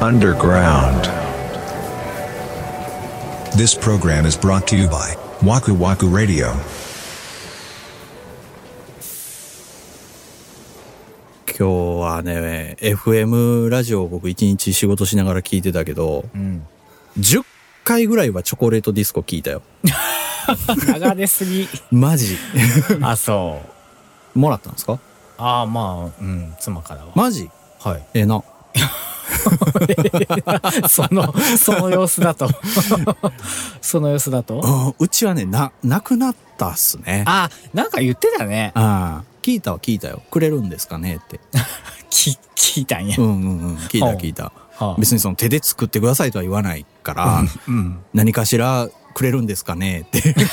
underground. This program is brought to you by Waku Waku Radio. 今日はね、FM ラジオを僕一日仕事しながら聞いてたけど、うん。 10回ぐらいはチョコレートディスコ聞いたよ。流れすぎ。マジ あ、そ う。もらったんですかああ、まあ、うん、妻からは。マジはい。ええな。 その、その様子 だと。その様子だと。うんうちはね、な、なくなったっすね。あ、なんか言ってたね。ああ、聞いたは聞いたよ。くれるんですかね って。き、聞いたんやう。んうんうん。聞いたはあ聞いた。はあ別にその手で作ってくださいとは言わないから、うん。何かしらくれるんですかね って いうのを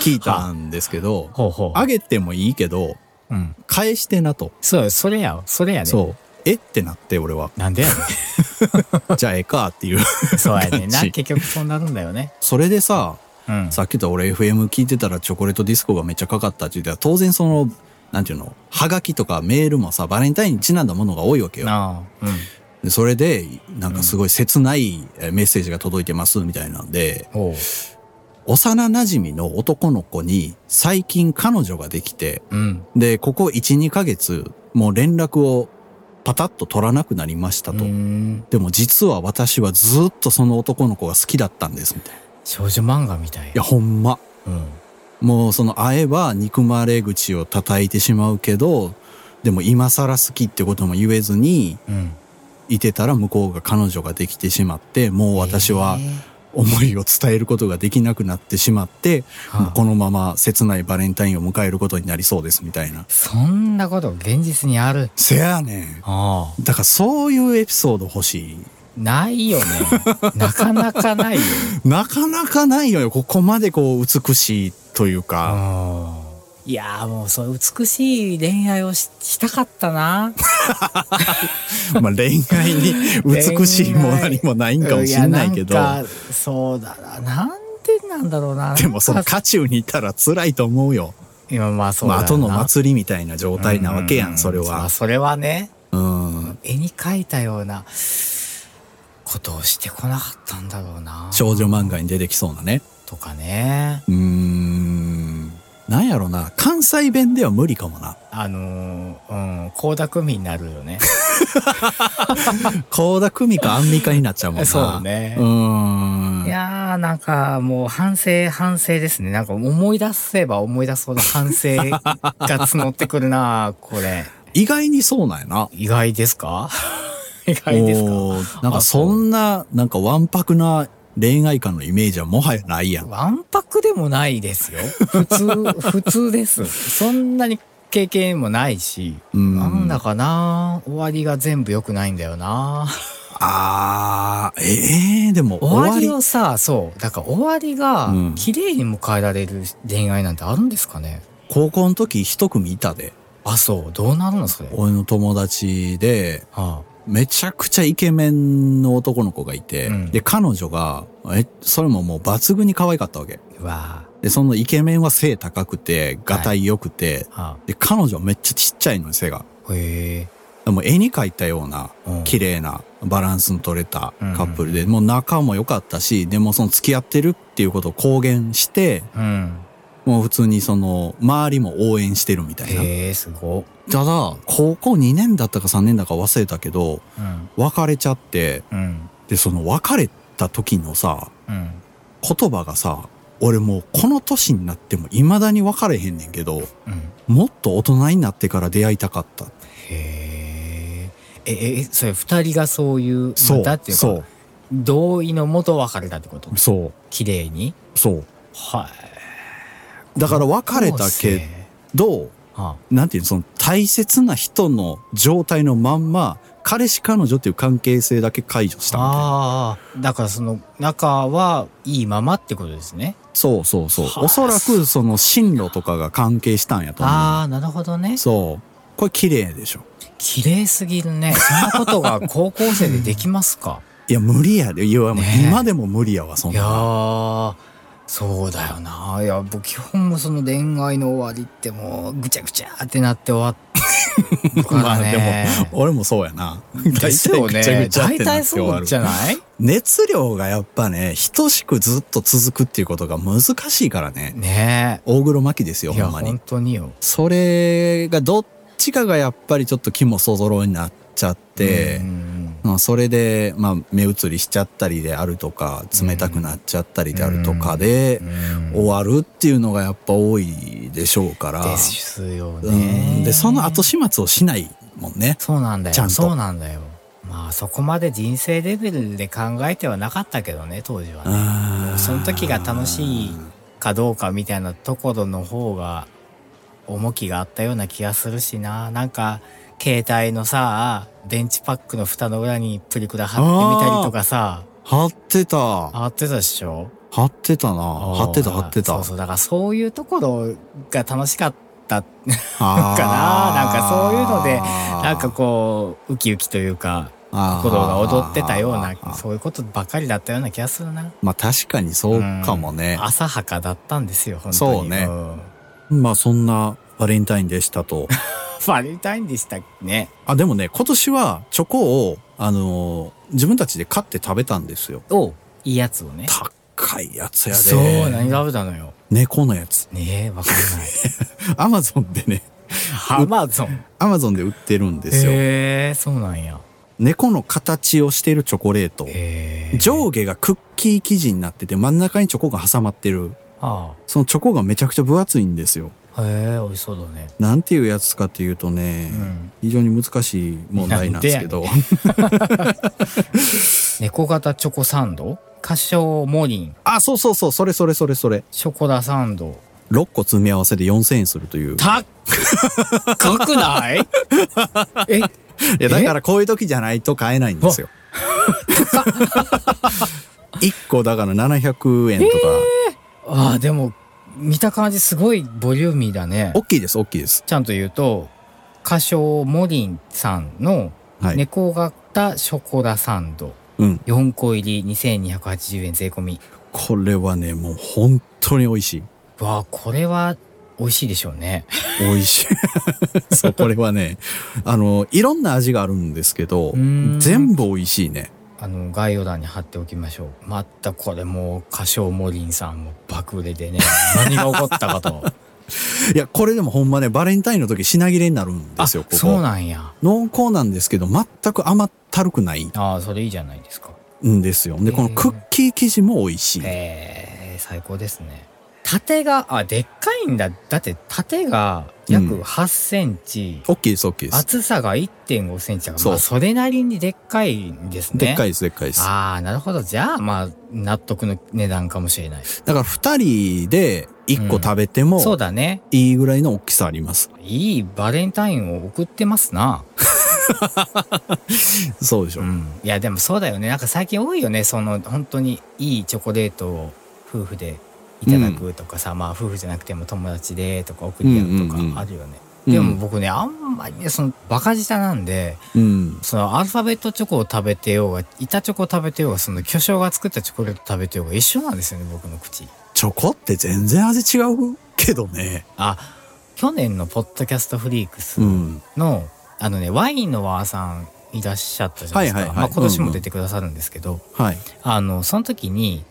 聞いたんですけど、ほうほう。あげてもいいけど、うん。返してなと。そう、それやわ、それやね。。そう。えってなって俺は なんでやねじゃあええかっていう。 ん。 そうやねんな。感じ結局そうなるんだよね。それでさ、うん。さっき言った俺 FM 聞いてたらチョコレートディスコがめっちゃかかったって言ったら当然その、なんていうの、ハガキとかメールもさ、バレンタインにちなんだものが多いわけよ。なあ。うん。でそれで、なんかすごい切ないえーメッセージが届いてますみたいなんで、ほう。幼馴染の男の子に最近彼女ができて、うん。で、ここ1、2ヶ月、もう連絡をパタッと取らなくなりましたと。うん。でも実は私はずっとその男の子が好きだったんですみたいな。い少女漫画みたいや。や、ほんま。うん。もうその会えば憎まれ口を叩いてしまうけど、でも今更好きってことも言えずに、うん。いてたら向こうが彼女ができてしまって、もう私はえー思いを伝えることができなくなってしまって、はあもうこのまま切ないバレンタインを迎えることになりそうですみたいな。そんなこと現実にある。せやねん。ああ。だからそういうエピソード欲しい。な いよね。なかなかないよ。なかなかないのよ。ここまでこう美しいというか。いやーもうそういう美しい恋愛をししたかったな。まあ 恋愛に美しいも何もないんかもしれないけど、やなんかそうだな。なんでなんだろうな。でもそのなんか渦中にいたら辛いと思うよ。今まあ そうまだあな。後の祭りみたいな状態なわけや、うんそれまあは。それはね、うん。絵に描いたようなことをしてこなかったんだろうな。少女漫画に出てきそうなね。とかね。うーん。なんやろな。関西弁では無理かもな。あのー、うん、高田組になる よね。高田久美かアンミカになっちゃうもんな。 そうねうーん。いやー、なんかもう反省、反省ですね。なんか思い出せば思い出すほど反省が募ってくるなこれ。意外にそうなんやな。意外ですか 意外ですかおーなんかそんな、なんかわんぱくな恋愛観のイメージはもはやないやん。わんぱくでもないですよ。普通、 普通です。そんなに経験もないし。うんなんだかな終わりが全部良くないんだよなあー、ええー、でも終わり終わをさ、そう。だから終わりがうん綺麗に迎えられる恋愛なんてあるんですかね、り、高校の時一組いたで。あ、そう。どうなるのそれ。は俺の友達で、あめちゃくちゃイケメンの男の子がいて、うんで、彼女が、え、それももう抜群に可愛かったわけ。うわで、そのイケメンは背高くて、がたい良くて、あはで、彼女はめっちゃちっちゃいのよ、背が。あへえ。でも絵に描いたようなうん綺麗なバランスの取れたカップルで、もう仲も良かったし、でもその付き合ってるっていうことを公言して、うん。もう普通にその周りも応援してるみたいな。へえ、すごっ。ただ、高校2年だったか3年だか忘れたけど、うん。別れちゃって、うん。で、その別れた時のさ、うん。言葉がさ、俺もうこの年になっても未だに別れへんねんけど、うん。もっと大人になってから出会いたかった。へえ。え、え、それ二人がそういう、そう。だっていうそか、同意のもと別れたってことう。そう。綺麗にそう。はい。だから別れたけど、はなんていうの、その大切な人の状態のまんま、彼氏彼女っていう関係性だけ解除したあ、みたいな。ああ、だからその仲はいいままってことですね。そうそうそう。はあおそらくその進路とかが関係したんやと思う。ああ、なるほどね。そう。これ綺麗でしょ。綺麗すぎるね。そんなことが高校生でできますかいや、無理やで。いや、もうねえ今でも無理やわ、そんいやな。ー、そうだ よな。いや、僕基本もその恋愛の終わりってもうぐちゃぐちゃってなって終わまあでもね、俺もそうやな。で大す体よぐちゃぐね。ちゃっ大てな体って終わそうるじ。ゃない熱量がやっぱね、等しくずっと続くっていうことが難しいからね。ね大黒摩季ですよ、え。いほや、んまに本。当によ。それがどっちかがやっぱりちょっと気もそぞろになっちゃってう、んまあそれで、まあ、目移りしちゃったりであるとか、冷たくなっちゃったりであるとかで、終わるっていうのがやっぱ多いでしょうから。ですようね。んで、その後始末をしないもんね。そうなんだちゃんよ。とそうなんだよ。まあ、そこまで人生レベルで考えてはなかったけどね、当時はね。あーその時が楽しいかどうかみたいなところの方が重きがあったような気がするしななんか携帯のさ電池パックの蓋の裏にプリクラ貼ってみたりとかさ張ってた。貼ってたでしょ張ってたな。あー張ってた、張ってた。そうそうだからそういうところが楽しかったあーかななんかそういうのでなんかここうウキウキというか心が踊ってたようなそういうことばかりだったような気がするなまあ確かにそうかもねうん。浅はかだったんですよ本当にそうねんまあそんなバレンタインでしたと。バレンタインでしたっけね。あ、でもね、今年はチョコを、あのー自分たちで買って食べたんですよ。おいいやつをね。高いやつやで。そう、何食べたのよ。猫のやつ。ねえ、わかんない。アマゾンでね、 ハマゾン。アマゾンで売ってるんですよ。へえ、そうなんや。猫の形をしているチョコレート。へえ。上下がクッキー生地になってて真ん中にチョコが挟まってる。あそのチョコがめちゃくちゃ分厚いんですよ。あ。へえ、美味しそうだね。なんていうやつかっていうとね、うん。非常に難しい問題なんですけど。猫型チョコサンドカシオモリン。 あ、そうそうそう、それそれそれそれ。ショコラサンド。 6個詰め合わせで4000円するという。たっ高く ないえ、いや、だからこういう時じゃないと買えないんですよ。1個だから700円とか、ああ、でも、見た感じすごいボリューミーだね。大きいです、大きいです。ちゃんと言うと、歌唱モリンさんのはい猫型ショコラサンド、うん。 4個入り2280円税込み。これはね、もう本当に美味しい。わあ、これは美味しいでしょうね。美味 しい。そう、これはね、あの、いろんな味があるんですけどうー、ん全部美味しいね。あの、概要欄に貼っておきましょう。またこれもう、歌唱モリンさんも爆売れでね、何が起こったかと。いや、これでもほんまね、バレンタインの時品切れになるん ですよ、ここ。そうなんや。濃厚なんですけど、全く甘ったるくないああ、それいいじゃないですか。んですよ。で、このクッキー生地も美味しい。ええ最高ですね。縦が、あ、でっかいんだ。だって縦が約8センチ。大きいです、大きいです。厚さが1.5センチだから、そうまあ、それなりにでっかいんですね。でっかいいです、でっかいです。ああ、なるほど。じゃあ、まあ、納得の値段かもしれない。だから二人で一個食べてもそうだね。いいぐらいの大きさあります。いいバレンタインを送ってますな。そうでしょ。うん。いや、でもそうだよね。なんか最近多いよね。その、本当にいいチョコレートを夫婦でいただくとかさ、まあ、夫婦じゃなくても友達でとか送り合うとうんうんうんかあるよね。うんでも僕ね、あんまりね、その、バカ舌なんで、うん。そのアルファベットチョコを食べてようが板チョコを食べてようがその巨匠が作ったチョコレート食べてようが一緒なんですよね僕の口チョコって全然味違うけどね。あ去年の「ポッドキャストフリークスうの」ん。あのねワインの和さんいらっしゃったじゃないですか、はいはいはいまあ、今年うんうもん出てくださるんですけど、はい。あのその時に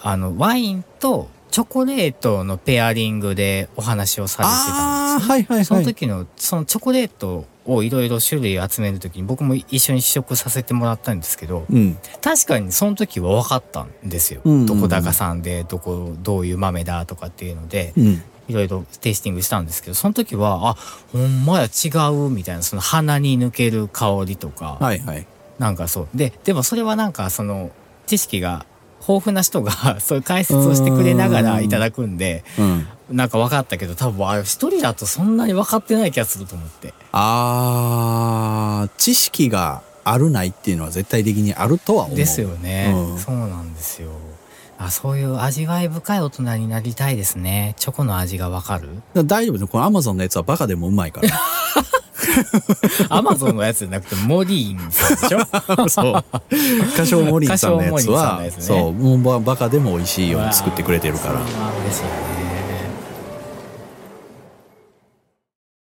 あのワインとチョコレートのペアリングでお話をされてたんあですあ、よはいはいそはのい。時のそのチョコレートをいろいろ種類集める時に僕も一緒に試食させてもらったんですけど、うん。確かにその時は分かったんですよ、うんうんうんどこだかさんでどこどういう豆だとかっていうのでうん。いろいろテイスティングしたんですけどその時はあほんまや違うみたいなその鼻に抜ける香りとか、はいはい。なんかそうででもそれはなんかその知識が豊富な人が そういう解説をしてくれながらいただくんでうん。なんか分かったけど多分あれ一人だとそんなに分かってない気がすると思ってあー、知識があるないっていうのは絶対的にあるとは思う。ですよ。ね、うんそうなんですよあそういう味わい深い大人になりたいですねチョコの味がわかる 大丈夫です。このアマゾンのやつはバカでもうまいから。アマゾンのやつじゃなくてモリーンさんで しょそう。歌唱モリンさんのやつは、歌唱モリンさんのやつねそう、もうバカでも美味しいように作ってくれてるから。あ嬉しい